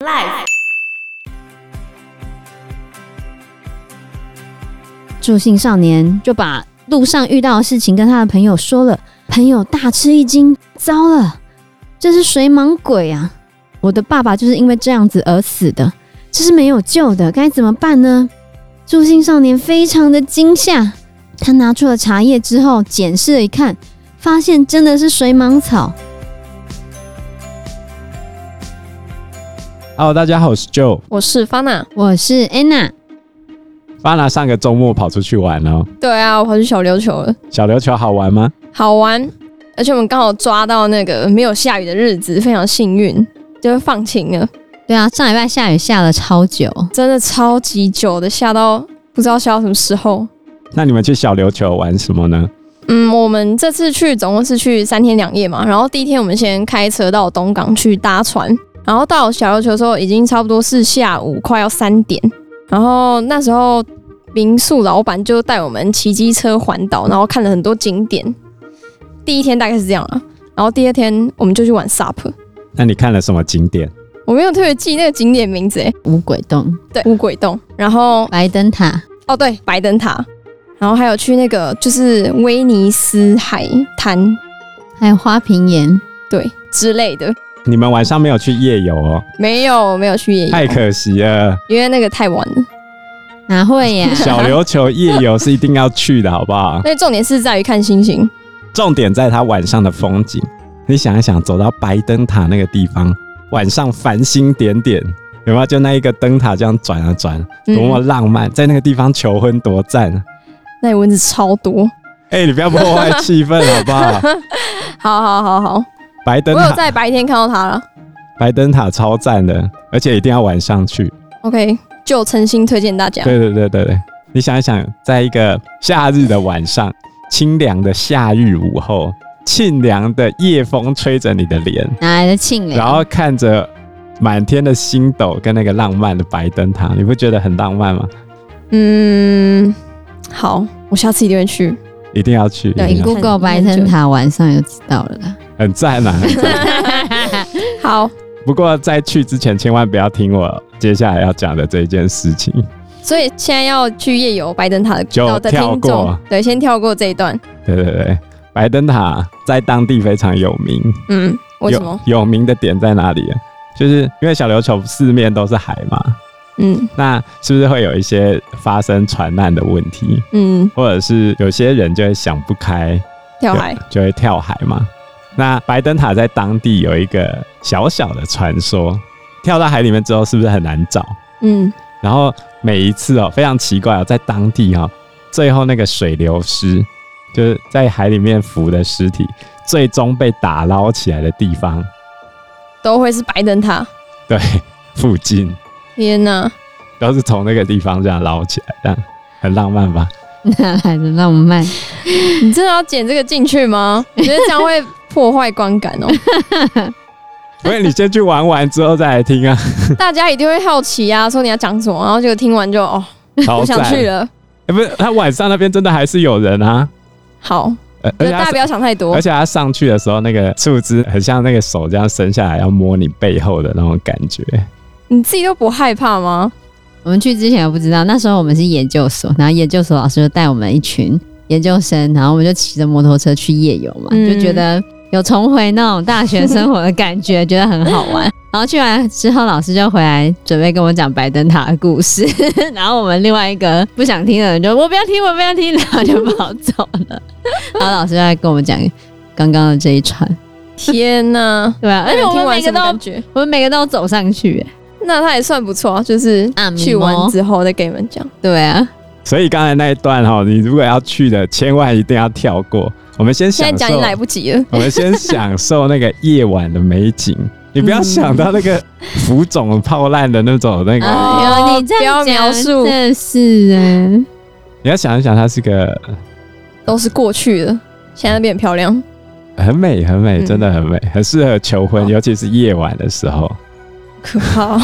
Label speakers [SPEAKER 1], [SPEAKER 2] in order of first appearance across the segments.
[SPEAKER 1] Life
[SPEAKER 2] 助兴少年就把路上遇到的事情跟他的朋友说了，朋友大吃一惊，糟了，这是水莽鬼啊！我的爸爸就是因为这样子而死的，这是没有救的，该怎么办呢？助兴少年非常的惊吓，他拿出了茶叶之后检视了一看，发现真的是水莽草。
[SPEAKER 3] Hello，大家好，我是 Joe。
[SPEAKER 4] 我是方娜。
[SPEAKER 2] 我是 Anna，
[SPEAKER 3] 巴拿上个周末跑出去玩哦，
[SPEAKER 4] 对啊，我跑去小琉球了，
[SPEAKER 3] 小琉球好玩吗？
[SPEAKER 4] 好玩。而且我们刚好抓到那个没有下雨的日子，非常幸运，就是放晴了，
[SPEAKER 2] 对啊，上礼拜下雨下了超久，
[SPEAKER 4] 真的超级久的，下到不知道下到什么时候。
[SPEAKER 3] 那你们去小琉球玩什么呢？
[SPEAKER 4] 嗯，我们这次去总共是去三天两夜嘛，然后第一天我们先开车到东港去搭船，然后到小琉球的时候已经差不多是下午快要三点，然后那时候民宿老板就带我们骑机车环岛，然后看了很多景点。第一天大概是这样啊，然后第二天我们就去玩 SUP，
[SPEAKER 3] 那你看了什么景点？
[SPEAKER 4] 我没有特别记那个景点名字诶、
[SPEAKER 2] 五鬼洞、
[SPEAKER 4] 对，乌鬼洞，然后
[SPEAKER 2] 白灯塔，
[SPEAKER 4] 哦对，白灯塔，然后还有去那个就是威尼斯海滩，
[SPEAKER 2] 还有花瓶岩。
[SPEAKER 4] 对之类的。
[SPEAKER 3] 你们晚上没有去夜游哦，
[SPEAKER 4] 没有，没有去夜
[SPEAKER 3] 太
[SPEAKER 4] 游，
[SPEAKER 3] 可惜 了。
[SPEAKER 4] 因为那个太晚了。
[SPEAKER 2] 哪会 呀？
[SPEAKER 3] 小琉球夜游是一定要去的，好不好？
[SPEAKER 4] 那重点是在于看星星，
[SPEAKER 3] 重点在它晚上的风景。你想一想，走到白灯塔那个地方，晚上繁星点点，有没有？就那一个灯塔这样转啊转，
[SPEAKER 4] 嗯
[SPEAKER 3] 多么浪漫！在那个地方求婚多赞！
[SPEAKER 4] 那里蚊子超多。
[SPEAKER 3] 哎、你不要破坏气氛好不好？
[SPEAKER 4] 好好好好，
[SPEAKER 3] 白灯
[SPEAKER 4] 我有
[SPEAKER 3] 塔
[SPEAKER 4] 在白天看到它了。
[SPEAKER 3] 白灯塔超赞的，而且一定要晚上去。
[SPEAKER 4] OK，就诚心推荐大家。
[SPEAKER 3] 对啊对对对对，你想一想，在一个夏日的晚上，清凉的夏日午后，沁凉的夜风吹着你的脸，
[SPEAKER 2] 哪来的庆龄？
[SPEAKER 3] 然后看着满天的星斗跟那个浪漫的白灯塔，你不觉得很浪漫吗？
[SPEAKER 4] 嗯，好，我下次一定会去。
[SPEAKER 3] 一定要去，一
[SPEAKER 4] 对
[SPEAKER 3] 定
[SPEAKER 2] 你
[SPEAKER 3] 要去
[SPEAKER 2] Google 白灯塔晚上就知道了 啦。
[SPEAKER 3] 很赞啊！ 很赞
[SPEAKER 4] 好，
[SPEAKER 3] 不过在去之前，千万不要听我接下来要讲的这件事情。
[SPEAKER 4] 所以现在要去夜游白灯塔的
[SPEAKER 3] 就
[SPEAKER 4] 到的
[SPEAKER 3] 跳
[SPEAKER 4] 听
[SPEAKER 3] 过
[SPEAKER 4] 众，对，先跳过这一段。
[SPEAKER 3] 对对对，白灯塔在当地非常有名。
[SPEAKER 4] 嗯，为什么？
[SPEAKER 3] 有有名的点在哪里？就是因为小琉球四面都是海嘛，
[SPEAKER 4] 嗯
[SPEAKER 3] 那是不是会有一些发生船难的问题，
[SPEAKER 4] 嗯，
[SPEAKER 3] 或者是有些人就会想不开，
[SPEAKER 4] 跳海。
[SPEAKER 3] 就就会跳海嘛？那白灯塔在当地有一个小小的传说，跳到海里面之后是不是很难找？
[SPEAKER 4] 嗯，
[SPEAKER 3] 然后每一次哦，非常奇怪哦，在当地哈、哦，最后那个水流尸，就是在海里面浮的尸体，最终被打捞起来的地方，
[SPEAKER 4] 都会是白灯塔。
[SPEAKER 3] 对，附近。
[SPEAKER 4] 天哪、
[SPEAKER 3] 都是从那个地方这样捞起来，这样很浪漫 吧？
[SPEAKER 2] 哪来的浪漫？
[SPEAKER 4] 你真的要剪这个进去吗？我觉得这样会破坏观感哦。
[SPEAKER 3] 不是，你先去玩完之后再来听 啊，
[SPEAKER 4] 大家一定会好奇啊，说你要讲什么，然后就听完就哦，
[SPEAKER 3] 好
[SPEAKER 4] 不
[SPEAKER 3] 赞！
[SPEAKER 4] 想去了。
[SPEAKER 3] 欸不是，他晚上那边真的还是有人啊，
[SPEAKER 4] 好，
[SPEAKER 3] 呃而
[SPEAKER 4] 就
[SPEAKER 3] 且
[SPEAKER 4] 大
[SPEAKER 3] 他
[SPEAKER 4] 家不要想太多
[SPEAKER 3] 而。且他上去的时候，那个树枝很像那个手这样伸下来要摸你背后的那种感觉。
[SPEAKER 4] 你自己都不害怕吗？
[SPEAKER 2] 我们去之前我不知道，那时候我们是研究所，然后研究所老师就带我们一群研究生，然后我们就骑着摩托车去夜游嘛，
[SPEAKER 4] 嗯
[SPEAKER 2] 就觉得有重回那种大学生活的感觉，觉得很好玩。然后去完之后，老师就回来准备跟我讲白灯塔的故事， 然后我们另外一个不想听的人就我不要听，我不要听，然后就跑走了。 然后老师就来跟我们讲刚刚的这一串，
[SPEAKER 4] 天哪！哎
[SPEAKER 2] 对 啊，而且我们
[SPEAKER 4] 听
[SPEAKER 2] 每
[SPEAKER 4] 完
[SPEAKER 2] 个
[SPEAKER 4] 什
[SPEAKER 2] 都
[SPEAKER 4] 么感觉？
[SPEAKER 2] 我们每个都走上去、欸
[SPEAKER 4] 那他也算不错啊，就是
[SPEAKER 2] 啊迷
[SPEAKER 4] 去
[SPEAKER 2] 蒙
[SPEAKER 4] 完之后再给你们讲。
[SPEAKER 2] 对啊，
[SPEAKER 3] 所以刚才那一段哈、你如果要去的，千万一定要跳过。我们先享
[SPEAKER 4] 现在
[SPEAKER 3] 受
[SPEAKER 4] 讲也来不及了。
[SPEAKER 3] 我们先享受那个夜晚的美景。你不要
[SPEAKER 4] 嗯
[SPEAKER 3] 想到那个浮肿泡烂的那种那个，
[SPEAKER 4] 哎呦
[SPEAKER 2] 啊你这
[SPEAKER 4] 不
[SPEAKER 2] 样
[SPEAKER 4] 要描述
[SPEAKER 2] 真的是哎，
[SPEAKER 3] 你要想一想，它是个
[SPEAKER 4] 都是过去了，现在变漂亮。
[SPEAKER 3] 很美，很美，
[SPEAKER 4] 嗯哦
[SPEAKER 3] 真的很美，很适合求婚，
[SPEAKER 4] 好
[SPEAKER 3] 尤其是夜晚的时候。
[SPEAKER 4] 可怕！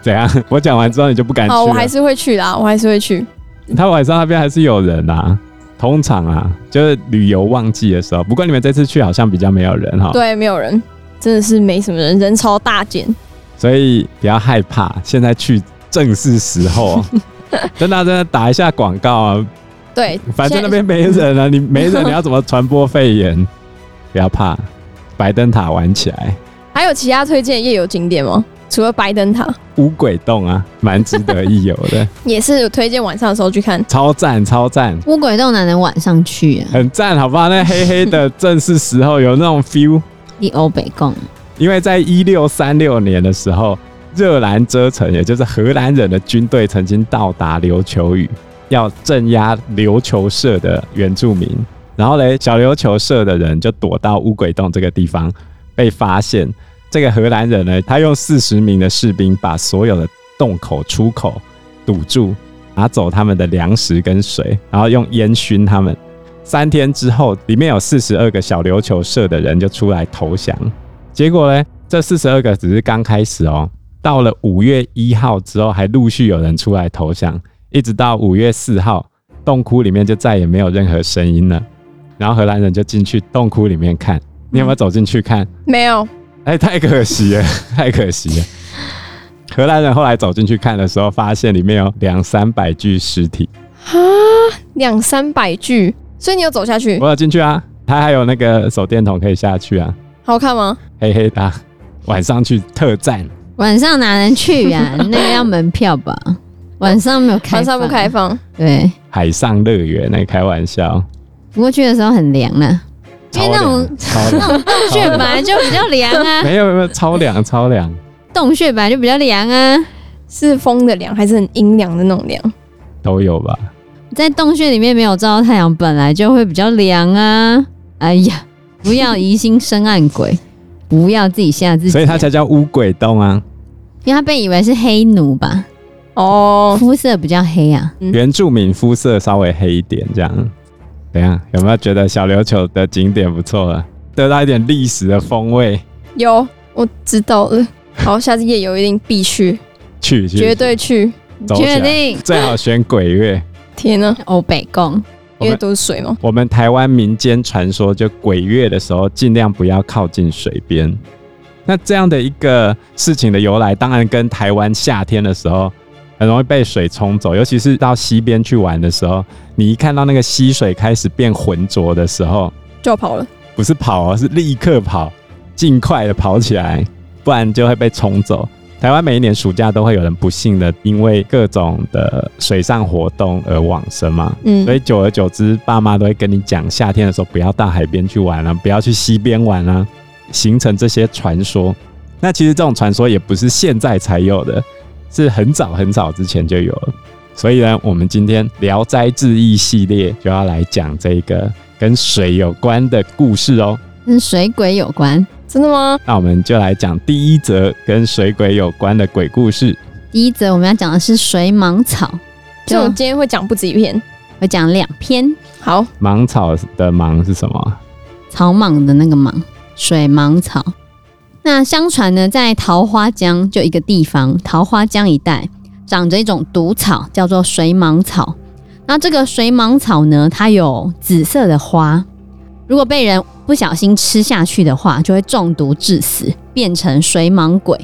[SPEAKER 3] 怎样？ 我讲完之后你就不敢去
[SPEAKER 4] 好，我
[SPEAKER 3] 了？
[SPEAKER 4] 还是会去的啊，我还是会去。
[SPEAKER 3] 他晚上那边还是有人啊。通常啊，就是旅游旺季的时候。不过你们这次去好像比较没有人哈。。
[SPEAKER 4] 对，没有人，真的是没什么人，人潮大减。
[SPEAKER 3] 所以不要害怕，现在去正是时候、 啊。真的啊、真的打一下广告啊，
[SPEAKER 4] 对，
[SPEAKER 3] 反正
[SPEAKER 4] 现
[SPEAKER 3] 那
[SPEAKER 4] 在
[SPEAKER 3] 边没人啊，你没人，你要怎么传播肺炎？不要怕，白灯塔玩起来，
[SPEAKER 4] 还有其他推荐的夜游景点吗？除了白灯塔，
[SPEAKER 3] 乌鬼洞啊，蛮值得一游 的，
[SPEAKER 4] 也是有推荐晚上的时候去看。
[SPEAKER 3] 超赞超赞，
[SPEAKER 2] 乌鬼洞哪能晚上去啊？
[SPEAKER 3] 很赞，好不好？那黑黑的正是时候，有那种 feel。
[SPEAKER 2] 你欧北贡
[SPEAKER 3] 因为在一六三六年的时候，热兰遮城，也就是荷兰人的军队曾经到达琉球屿，要镇压琉球社的原住民。然后嘞，小琉球社的人就躲到乌鬼洞这个地方被发现。这个荷兰人呢，他用四十名的士兵把所有的洞口、出口堵住，拿走他们的粮食跟水，然后用烟熏他们。三天之后，里面有四十二个小琉球社的人就出来投降。结果呢，这四十二个只是刚开始哦，到了五月一号之后，还陆续有人出来投降，一直到五月四号，洞窟里面就再也没有任何声音了。然后荷兰人就进去洞窟里面看，你有没有走进去看？
[SPEAKER 4] 没有，
[SPEAKER 3] 哎，太可惜了， 太可惜了。荷兰人后来走进去看的时候，发现里面有两三百具尸体。
[SPEAKER 4] 两三百句，所以你有走下去，
[SPEAKER 3] 我有进去啊，他还有那个手电筒可以下去啊，
[SPEAKER 4] 好看吗？
[SPEAKER 3] 黑黑的啊、晚上去特战。
[SPEAKER 2] 晚上哪能去 啊？那个要门票吧？晚上没有开，
[SPEAKER 4] 晚上不开。放，
[SPEAKER 2] 对，
[SPEAKER 3] 海上乐园，那开玩笑，
[SPEAKER 2] 不过去的时候很凉啊了，因为那种
[SPEAKER 3] 超凉，超凉
[SPEAKER 2] 洞穴本来就比较凉 啊，
[SPEAKER 3] 没有没有超凉超凉，
[SPEAKER 2] 洞穴本来就比较凉啊。
[SPEAKER 4] 是风的凉还是很阴凉的那种凉？
[SPEAKER 3] 都有吧？
[SPEAKER 2] 在洞穴里面没有照到太阳，本来就会比较凉啊。哎呀，不要疑心生暗 鬼，不要自己吓自己啊、
[SPEAKER 3] 所以它才叫乌鬼洞啊。
[SPEAKER 2] 因为他被以为是黑奴吧，
[SPEAKER 4] 哦，
[SPEAKER 2] 肤色比较黑啊。
[SPEAKER 4] 嗯
[SPEAKER 3] 原住民肤色稍微黑一点，这样怎样？有没有觉得小琉球的景点不错了？得到一点历史的风味，
[SPEAKER 4] 有，我知道了。好，下次夜游一定必去，
[SPEAKER 3] 去去
[SPEAKER 4] 绝对去。
[SPEAKER 3] 走起
[SPEAKER 2] 确
[SPEAKER 3] 来，
[SPEAKER 2] 定
[SPEAKER 3] 最好选鬼月。
[SPEAKER 4] 天呐、
[SPEAKER 2] 欧北贡
[SPEAKER 3] 我
[SPEAKER 4] 因为
[SPEAKER 3] 们
[SPEAKER 4] 都是水嘛。
[SPEAKER 3] 我们台湾民间传说，就鬼月的时候尽量不要靠近水边。那这样的一个事情的由来，当然跟台湾夏天的时候很容易被水冲走，尤其是到溪边去玩的时候，你一看到那个溪水开始变浑浊的时候，
[SPEAKER 4] 就要跑了。
[SPEAKER 3] 不是跑哦，是立刻跑，尽快的跑起来，不然就会被冲走。台湾每一年暑假都会有人不幸的因为各种的水上活动而往生嘛，
[SPEAKER 4] 嗯
[SPEAKER 3] 所，以久而久之，爸妈都会跟你讲，夏天的时候不要到海边去玩啊，不要去溪边玩啊，形成这些传说。那其实这种传说也不是现在才有的，是很早很早之前就有了。所以呢，我们今天《聊斋志异》系列就要来讲这个跟水有关的故事哦。
[SPEAKER 2] 跟水鬼有关。
[SPEAKER 4] 真的吗？
[SPEAKER 3] 那我们就来讲第一则跟水鬼有关的鬼故事。
[SPEAKER 2] 第一则我们要讲的是水蟒草，
[SPEAKER 3] 啊
[SPEAKER 4] 所以我
[SPEAKER 2] 就
[SPEAKER 4] 今天会讲不止一篇。
[SPEAKER 2] 我讲两篇，
[SPEAKER 4] 好，
[SPEAKER 3] 芒草的芒是什么？
[SPEAKER 2] 草莽的那个莽，水蟒草。那相传呢，在桃花江就一个地方，桃花江一带长着一种毒草，叫做水蟒草。那这个水蟒草呢，它有紫色的花，如果被人不小心吃下去的话，就会中毒致死，变成水蟒鬼。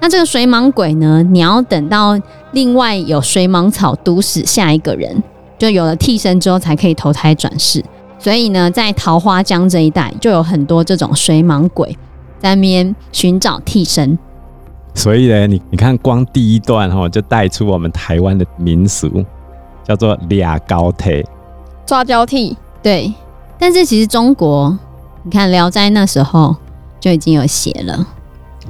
[SPEAKER 2] 那这个水蟒鬼呢，你要等到另外有水蟒草毒死下一个人，就有了替身之后，才可以投胎转世。所以呢，在桃花江这一带就有很多这种水蟒鬼在那边寻找替身。
[SPEAKER 3] 所以呢，你你看，光第一段哈、就带出我们台湾的民俗，叫做俩高铁。
[SPEAKER 4] 抓交替。
[SPEAKER 2] 对，但是其实中国，你看《聊斋》那时候就已经有写了，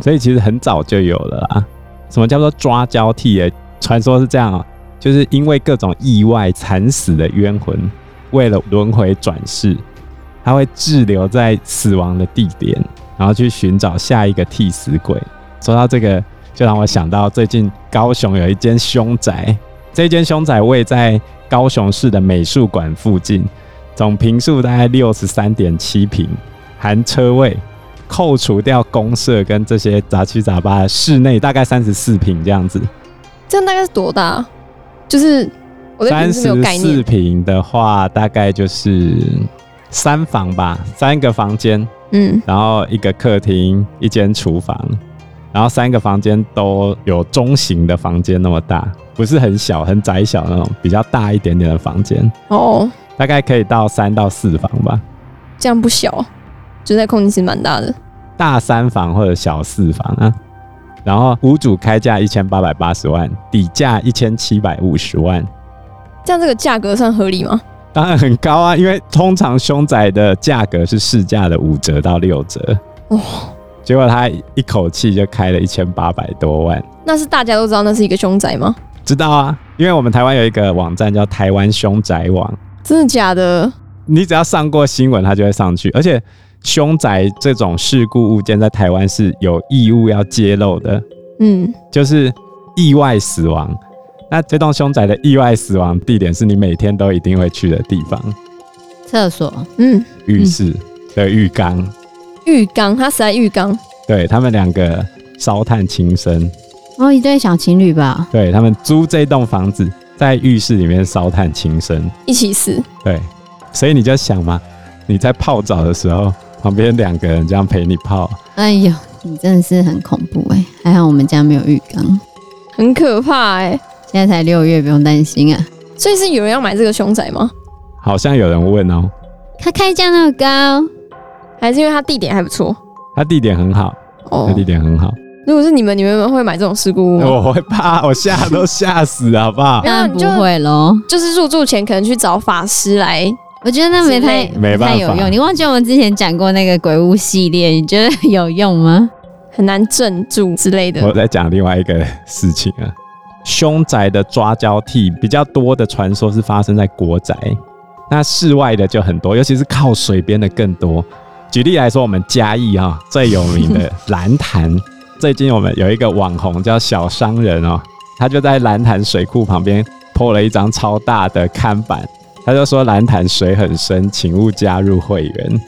[SPEAKER 3] 所以其实很早就有了啦。什么叫做抓交替？诶，传说是这样哦、就是因为各种意外惨死的冤魂，为了轮回转世，他会滞留在死亡的地点，然后去寻找下一个替死鬼。说到这个，就让我想到最近高雄有一间凶宅，这间凶宅位在高雄市的美术馆附近，总平数大概六十三点七平，含车位。扣除掉公社跟这些杂七杂八的室内，大概三十四平这样子。
[SPEAKER 4] 这样大概是多大啊？就是我对
[SPEAKER 3] 三
[SPEAKER 4] 平时没
[SPEAKER 3] 十
[SPEAKER 4] 有概
[SPEAKER 3] 四
[SPEAKER 4] 念。
[SPEAKER 3] 平的话，大概就是三房吧，三个房间，
[SPEAKER 4] 嗯，
[SPEAKER 3] 然后一个客厅，一间厨房，然后三个房间都有中型的房间那么大，不是很小、很窄小那种，比较大一点点的房间，
[SPEAKER 4] 哦，
[SPEAKER 3] 大概可以到三到四房吧，
[SPEAKER 4] 这样不小，啊就在空间其实蛮大的。
[SPEAKER 3] 大三房或者小四房啊。然后屋主开价一千八百八十万，底价一千七百五十万，
[SPEAKER 4] 这样这个价格算合理吗？
[SPEAKER 3] 当然很高啊，因为通常凶宅的价格是市价的五折到六折。
[SPEAKER 4] 哦
[SPEAKER 3] 结果他一口气就开了一千八百多万，
[SPEAKER 4] 那是大家都知道那是一个凶宅吗？
[SPEAKER 3] 知道啊？因为我们台湾有一个网站叫台湾凶宅网，
[SPEAKER 4] 真的假的？
[SPEAKER 3] 你只要上过新闻，它就会上去。而且凶宅这种事故物件在台湾是有义务要揭露的，
[SPEAKER 4] 嗯，
[SPEAKER 3] 就是意外死亡。那这栋凶宅的意外死亡地点是你每天都一定会去的地方，
[SPEAKER 2] 厕所，
[SPEAKER 4] 嗯，
[SPEAKER 3] 浴室的浴缸。
[SPEAKER 4] 浴缸，他死在浴缸，
[SPEAKER 3] 对他们两个烧炭轻生，
[SPEAKER 2] 哦，一对小情侣吧，
[SPEAKER 3] 对他们租这栋房子，在浴室里面烧炭轻生，
[SPEAKER 4] 一起死，
[SPEAKER 3] 对，所以你就想嘛，你在泡澡的时候，旁边两个人这样陪你泡，
[SPEAKER 2] 哎呦，你真的是很恐怖哎、还好我们家没有浴缸，
[SPEAKER 4] 很可怕哎、
[SPEAKER 2] 现在才六月，不用担心啊。
[SPEAKER 4] 所以是有人要买这个凶宅吗？
[SPEAKER 3] 好像有人问哦，
[SPEAKER 2] 他开价那么高，
[SPEAKER 4] 还是因为它地点还不错？
[SPEAKER 3] 他地点很好，
[SPEAKER 4] 哦
[SPEAKER 3] 他，地点哦很好，
[SPEAKER 4] 如果是你们，你们会买这种事故屋吗？
[SPEAKER 3] 我会怕，我吓都吓死，好不好？
[SPEAKER 2] 当然不
[SPEAKER 4] 你就
[SPEAKER 2] 会喽。
[SPEAKER 4] 就是入住前可能去找法师来，
[SPEAKER 2] 我觉得那没太
[SPEAKER 4] 之类
[SPEAKER 3] 的没办
[SPEAKER 2] 太
[SPEAKER 3] 法
[SPEAKER 2] 有用。你忘记我们之前讲过那个鬼屋系列，你觉得有用吗？
[SPEAKER 4] 很难镇住之类的
[SPEAKER 3] 我。在讲另外一个事情啊，凶宅的抓交替比较多的传说是发生在国宅，那室外的就很多，尤其是靠水边的更多。举例来说，我们嘉义哈、最有名的蓝 潭，最近我们有一个网红叫小商人哦，他就在蓝潭水库旁边铺了一张超大的看板，他就说蓝潭水很深，请勿加入会员。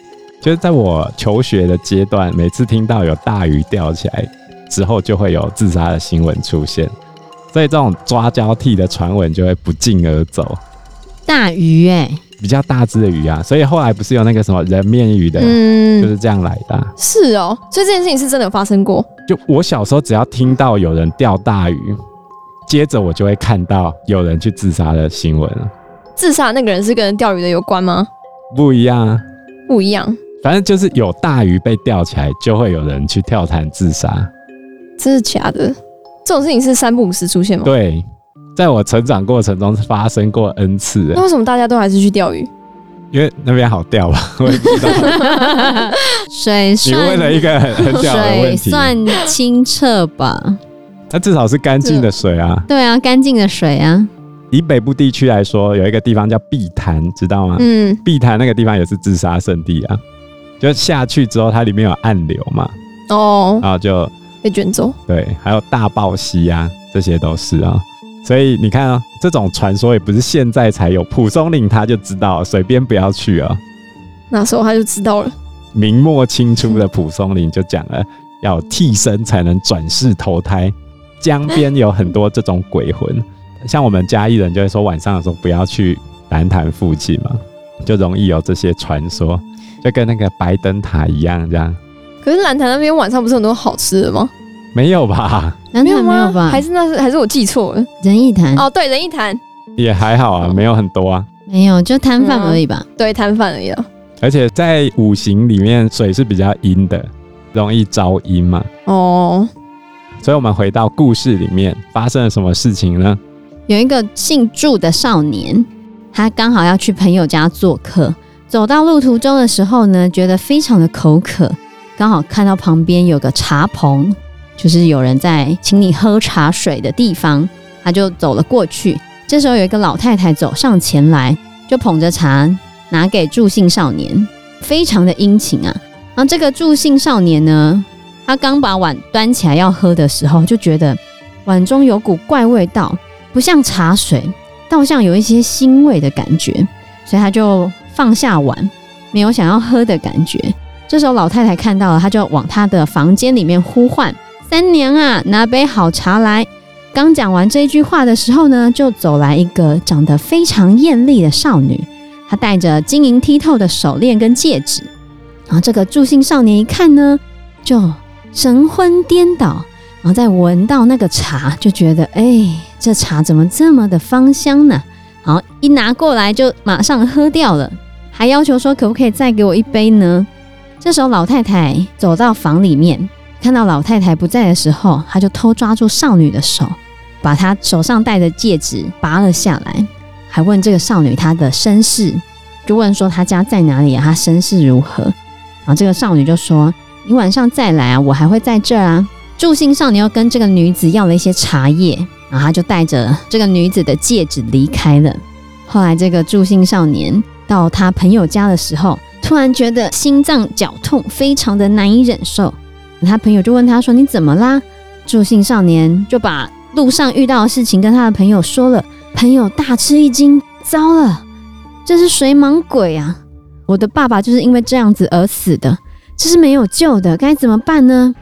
[SPEAKER 3] 就是在我求学的阶段，每次听到有大鱼钓起来，之后就会有自杀的新闻出现，所以这种抓交替的传闻就会不胫而走。
[SPEAKER 2] 大鱼哎、
[SPEAKER 3] 比较大只的鱼啊，所以后来不是有那个什么人面鱼的，啊就
[SPEAKER 4] 嗯，
[SPEAKER 3] 是这样来的啊、
[SPEAKER 4] 是哦，所以这件事情是真的有发生过。
[SPEAKER 3] 就我小时候只要听到有人钓大鱼，接着我就会看到有人去自杀的新闻啊了，
[SPEAKER 4] 自杀的那个人是跟钓鱼的有关吗？
[SPEAKER 3] 不一样啊。
[SPEAKER 4] 不一样，
[SPEAKER 3] 反正就是有大鱼被钓起来，就会有人去跳潭自杀。
[SPEAKER 4] 真的假的？这种事情是三不五时出现吗？
[SPEAKER 3] 对，在我成长过程中发生过 N 次
[SPEAKER 4] 那，为什么大家都还是去钓鱼？
[SPEAKER 3] 因为那边好钓吧，我也不知道。
[SPEAKER 2] 水
[SPEAKER 3] 你
[SPEAKER 2] 算
[SPEAKER 3] 问了一个很很屌的问
[SPEAKER 2] 水
[SPEAKER 3] 题，
[SPEAKER 2] 算清澈吧？
[SPEAKER 3] 那至少是干净的水啊。
[SPEAKER 2] 对啊，干净的水啊。
[SPEAKER 3] 以北部地区来说，有一个地方叫碧潭，知道吗？
[SPEAKER 4] 嗯，
[SPEAKER 3] 碧潭那个地方也是自杀圣地啊。就下去之后，它里面有暗流嘛，
[SPEAKER 4] 哦，
[SPEAKER 3] 然后就
[SPEAKER 4] 被卷走。
[SPEAKER 3] 对，还有大豹溪啊，这些都是啊。所以你看啊，这种传说也不是现在才有，蒲松龄他就知道，随便不要去啊。
[SPEAKER 4] 那时候他就知道了。
[SPEAKER 3] 明末清初的蒲松龄就讲了，要替身才能转世投胎。江边有很多这种鬼魂，像我们嘉义人就会说晚上的时候不要去南潭附近嘛，就容易有这些传说，就跟那个白灯塔一样，这样
[SPEAKER 4] 可是蓝潭那边晚上不是很多好吃的吗？
[SPEAKER 3] 没有吧？
[SPEAKER 2] 难道嗯没有吧？嗯
[SPEAKER 4] 还是那是还是我记错了？
[SPEAKER 2] 仁义堂
[SPEAKER 4] 哦，对，仁义潭，
[SPEAKER 3] 也还好啊，没有很多啊。
[SPEAKER 2] 没有，就摊贩而已吧。
[SPEAKER 4] 对，啊摊贩而已啊。
[SPEAKER 3] 而且在五行里面，水是比较阴的，容易招阴嘛。
[SPEAKER 4] 哦，
[SPEAKER 3] 所以我们回到故事里面，发生了什么事情呢？
[SPEAKER 2] 有一个姓祝的少年，他刚好要去朋友家做客，走到路途中的时候呢，觉得非常的口渴，刚好看到旁边有个茶棚，就是有人在请你喝茶水的地方，他就走了过去。这时候有一个老太太走上前来，就捧着茶拿给祝姓少年，非常的殷勤啊。然后这个祝姓少年呢，他刚把碗端起来要喝的时候，就觉得碗中有股怪味道，不像茶水，倒像有一些腥味的感觉，所以他就放下碗，没有想要喝的感觉。这时候老太太看到了，她就往她的房间里面呼唤：“三娘啊，拿杯好茶来。”刚讲完这一句话的时候呢，就走来一个长得非常艳丽的少女，她戴着晶莹剔透的手链跟戒指。然后这个助兴少年一看呢，就神魂颠倒，然后再闻到那个茶，就觉得哎、这茶怎么这么的芳香呢？然后一拿过来就马上喝掉了，还要求说可不可以再给我一杯呢？这时候老太太走到房里面，看到老太太不在的时候，她就偷抓住少女的手，把她手上戴的戒指拔了下来，还问这个少女她的身世，就问说她家在哪里啊，她身世如何。然后这个少女就说：“你晚上再来啊，我还会在这儿啊。”助兴少年又跟这个女子要了一些茶叶，然后他就带着这个女子的戒指离开了。后来这个助兴少年到他朋友家的时候，突然觉得心脏绞痛，非常的难以忍受。他朋友就问他说：“你怎么啦？”助兴少年就把路上遇到的事情跟他的朋友说了，朋友大吃一惊，糟了，这是水蟒鬼啊！我的爸爸就是因为这样子而死的，这是没有救的，该怎么办呢？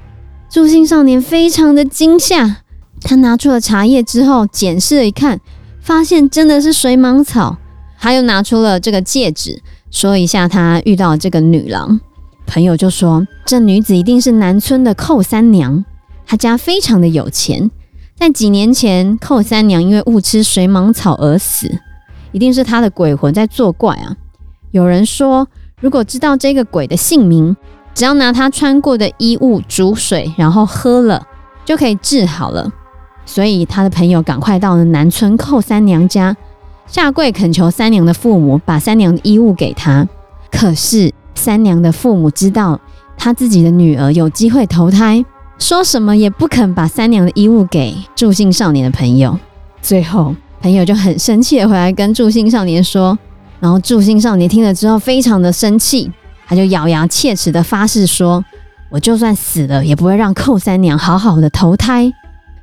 [SPEAKER 2] 助兴少年非常的惊吓，他拿出了茶叶之后检视了一看，发现真的是水蟒草。他又拿出了这个戒指，说一下他遇到这个女郎。朋友就说，这女子一定是南村的寇三娘，她家非常的有钱。在几年前，寇三娘因为误吃水蟒草而死，一定是她的鬼魂在作怪啊。有人说，如果知道这个鬼的姓名，只要拿他穿过的衣物煮水，然后喝了，就可以治好了。所以他的朋友赶快到了南村寇三娘家，下跪恳求三娘的父母把三娘的衣物给他。可是三娘的父母知道他自己的女儿有机会投胎，说什么也不肯把三娘的衣物给助兴少年的朋友。最后，朋友就很生气的回来跟助兴少年说，然后助兴少年听了之后非常的生气，他就咬牙切齿的发誓说：“我就算死了，也不会让寇三娘好好的投胎。”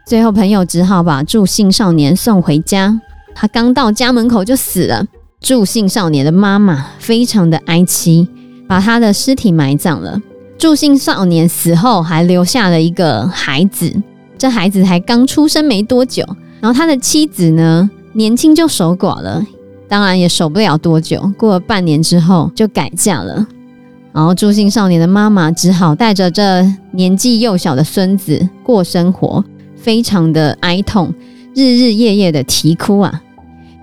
[SPEAKER 2] 最后，朋友只好把助兴少年送回家。他刚到家门口就死了。助兴少年的妈妈非常的哀戚，把他的尸体埋葬了。助兴少年死后还留下了一个孩子，这孩子才刚出生没多久。然后他的妻子呢，年轻就守寡了，当然也守不了多久。过了半年之后就改嫁了。然后朱姓少年的妈妈只好带着这年纪幼小的孙子过生活，非常的哀痛，日日夜夜的啼哭啊。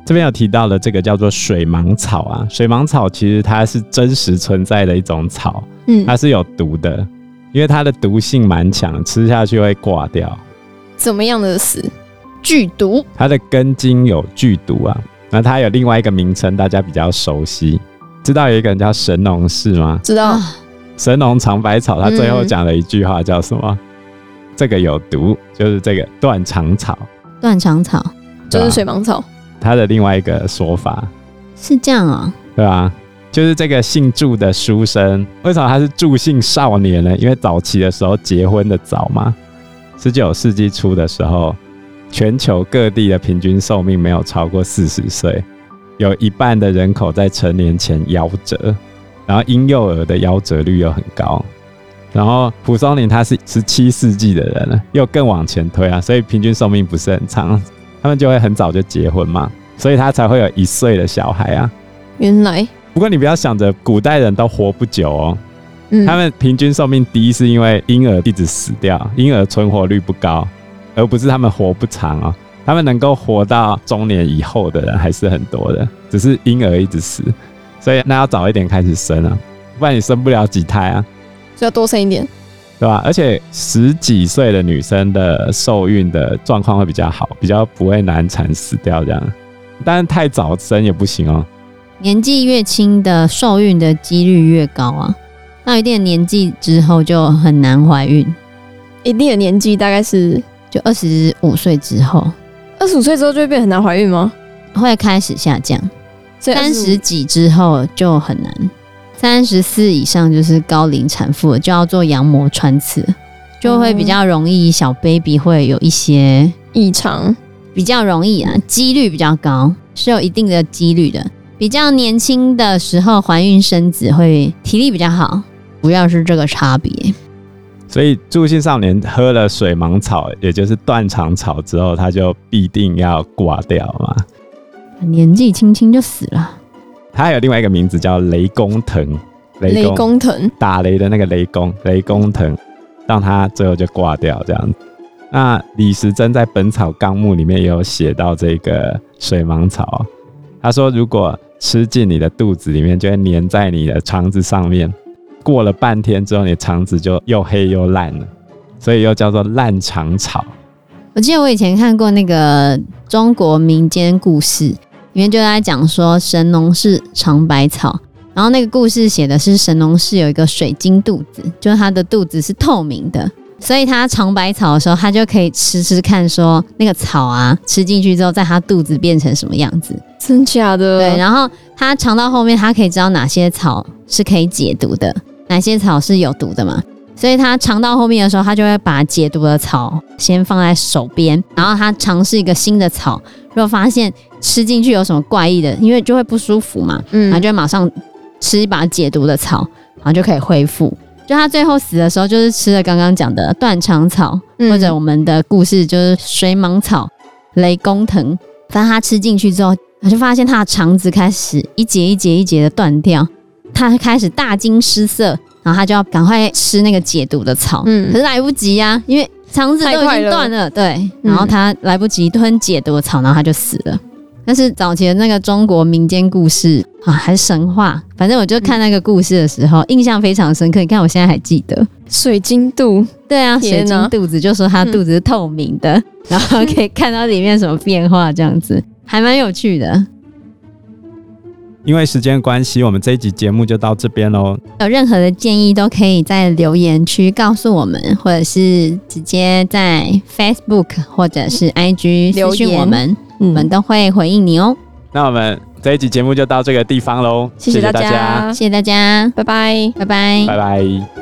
[SPEAKER 3] 这边有提到的这个叫做水芒草啊，水芒草其实它是真实存在的一种草，
[SPEAKER 4] 嗯，
[SPEAKER 2] 啊
[SPEAKER 3] 它是有毒的，因为它的毒性蛮强，吃下去会挂掉。
[SPEAKER 4] 怎么样的死？剧毒，
[SPEAKER 3] 它的根茎有剧毒啊，那它有另外一个名称，大家比较熟悉。知道有一个人叫神农氏吗？
[SPEAKER 4] 知道？
[SPEAKER 2] 啊
[SPEAKER 3] 神农尝百草，他最后
[SPEAKER 4] 嗯
[SPEAKER 3] 讲了一句话叫什么？这个有毒，就是这个断肠草，
[SPEAKER 2] 断肠草
[SPEAKER 4] 就
[SPEAKER 3] 对
[SPEAKER 4] 是
[SPEAKER 3] 吧
[SPEAKER 4] 水芒草。
[SPEAKER 3] 它的另外一个说法，
[SPEAKER 2] 是这样啊、
[SPEAKER 3] 对吧、就是这个姓祝的书生，为什么他是祝姓少年呢？因为早期的时候结婚的早嘛，十九世纪初的时候，全球各地的平均寿命没有超过四十岁，有一半的人口在成年前夭折，然后婴幼儿的夭折率又很高。然后蒲松龄他是十七世纪的人了，又更往前推啊，所以平均寿命不是很长，他们就会很早就结婚嘛，所以他才会有一岁的小孩啊。
[SPEAKER 4] 原来，
[SPEAKER 3] 不过你不要想着古代人都活不久哦，
[SPEAKER 4] 嗯，
[SPEAKER 3] 他们平均寿命低是因为婴儿一直死掉，婴儿存活率不高，而不是他们活不长哦。他们能够活到中年以后的人还是很多的，只是婴儿一直死，所以那要早一点开始生啊，不然你生不了几胎啊，
[SPEAKER 4] 就要多生一点。
[SPEAKER 3] 对吧？而且十几岁的女生的受孕的状况会比较好，比较不会难产死掉这样，但是太早生也不行哦。
[SPEAKER 2] 年纪越轻的受孕的几率越高啊。到一定的年纪之后就很难怀孕，
[SPEAKER 4] 一定的年纪，大概是
[SPEAKER 2] 就二十五岁之后
[SPEAKER 4] 二十五岁之后就会变很难怀孕吗？
[SPEAKER 2] 会开始下降，
[SPEAKER 4] 所以
[SPEAKER 2] 三
[SPEAKER 4] 25
[SPEAKER 2] 十几之后就很难，三十四以上就是高龄产妇了，就要做羊膜穿刺，就会比较容易小 baby 会有一些
[SPEAKER 4] 异常，
[SPEAKER 2] 比较容易啊，几率比较高，是有一定的几率的。比较年轻的时候怀孕生子会体力比较好，主要是这个差别。
[SPEAKER 3] 所以助兴少年喝了水芒草，也就是断肠草之后，他就必定要挂掉嘛。
[SPEAKER 2] 年纪轻轻就死了，
[SPEAKER 3] 他还有另外一个名字叫雷公藤，雷
[SPEAKER 4] 雷
[SPEAKER 3] 公
[SPEAKER 4] 公藤，
[SPEAKER 3] 打雷的那个雷公，雷公藤，让他最后就挂掉这样。那李时珍在《本草纲目》里面也有写到这个水芒草，他说如果吃进你的肚子里面，就会粘在你的肠子上面，过了半天之后，你的肠子就又黑又烂了，所以又叫做烂肠草。
[SPEAKER 2] 我记得我以前看过那个中国民间故事，里面就在讲说神农氏尝百草，然后那个故事写的是神农氏有一个水晶肚子，就是他的肚子是透明的，所以他尝百草的时候，他就可以吃吃看说那个草啊吃进去之后，在他肚子变成什么样子。
[SPEAKER 4] 真假的？
[SPEAKER 2] 对，然后他尝到后面，他可以知道哪些草是可以解毒的，哪些草是有毒的嘛。所以他尝到后面的时候，他就会把解毒的草先放在手边，然后他尝试一个新的草，如果发现吃进去有什么怪异的，因为就会不舒服嘛，然后
[SPEAKER 4] 嗯，
[SPEAKER 2] 就会马上吃一把解毒的草，然后就可以恢复。就他最后死的时候，就是吃了刚刚讲的断肠草，
[SPEAKER 4] 嗯
[SPEAKER 2] 或者我们的故事就是水蟒草、雷公藤，反正它吃进去之后，我就发现它的肠子开始一节一节一节的断掉，它开始大惊失色，然后它就要赶快吃那个解毒的草，
[SPEAKER 4] 嗯
[SPEAKER 2] 可是来不及呀、因为肠子都已经断了，对，
[SPEAKER 4] 嗯
[SPEAKER 2] 然后它来不及吞解毒的草，然后它就死了。但是早期的那个中国民间故事啊，还是神话，反正我就
[SPEAKER 4] 嗯
[SPEAKER 2] 看那个故事的时候，印象非常深刻。你看我现在还记得，
[SPEAKER 4] 水晶肚，
[SPEAKER 2] 对啊，水
[SPEAKER 4] 天
[SPEAKER 2] 晶
[SPEAKER 4] 哪
[SPEAKER 2] 肚子就说它肚子是透明的， 然后可以看到里面什么变化，这样子还蛮有趣的。
[SPEAKER 3] 因为时间关系，我们这一集节目就到这边喽。
[SPEAKER 2] 有任何的建议都可以在留言区告诉我们，或者是直接在 Facebook 或者是 IG
[SPEAKER 4] 留
[SPEAKER 2] 私讯
[SPEAKER 4] 言
[SPEAKER 2] 我们，我们
[SPEAKER 4] 嗯，
[SPEAKER 2] 都会回应你哦。
[SPEAKER 3] 那我们这一集节目就到这个地方喽，
[SPEAKER 4] 谢谢大
[SPEAKER 3] 大家，
[SPEAKER 4] 家，
[SPEAKER 2] 谢谢大家，
[SPEAKER 4] 拜拜。
[SPEAKER 2] 拜拜
[SPEAKER 3] 拜拜。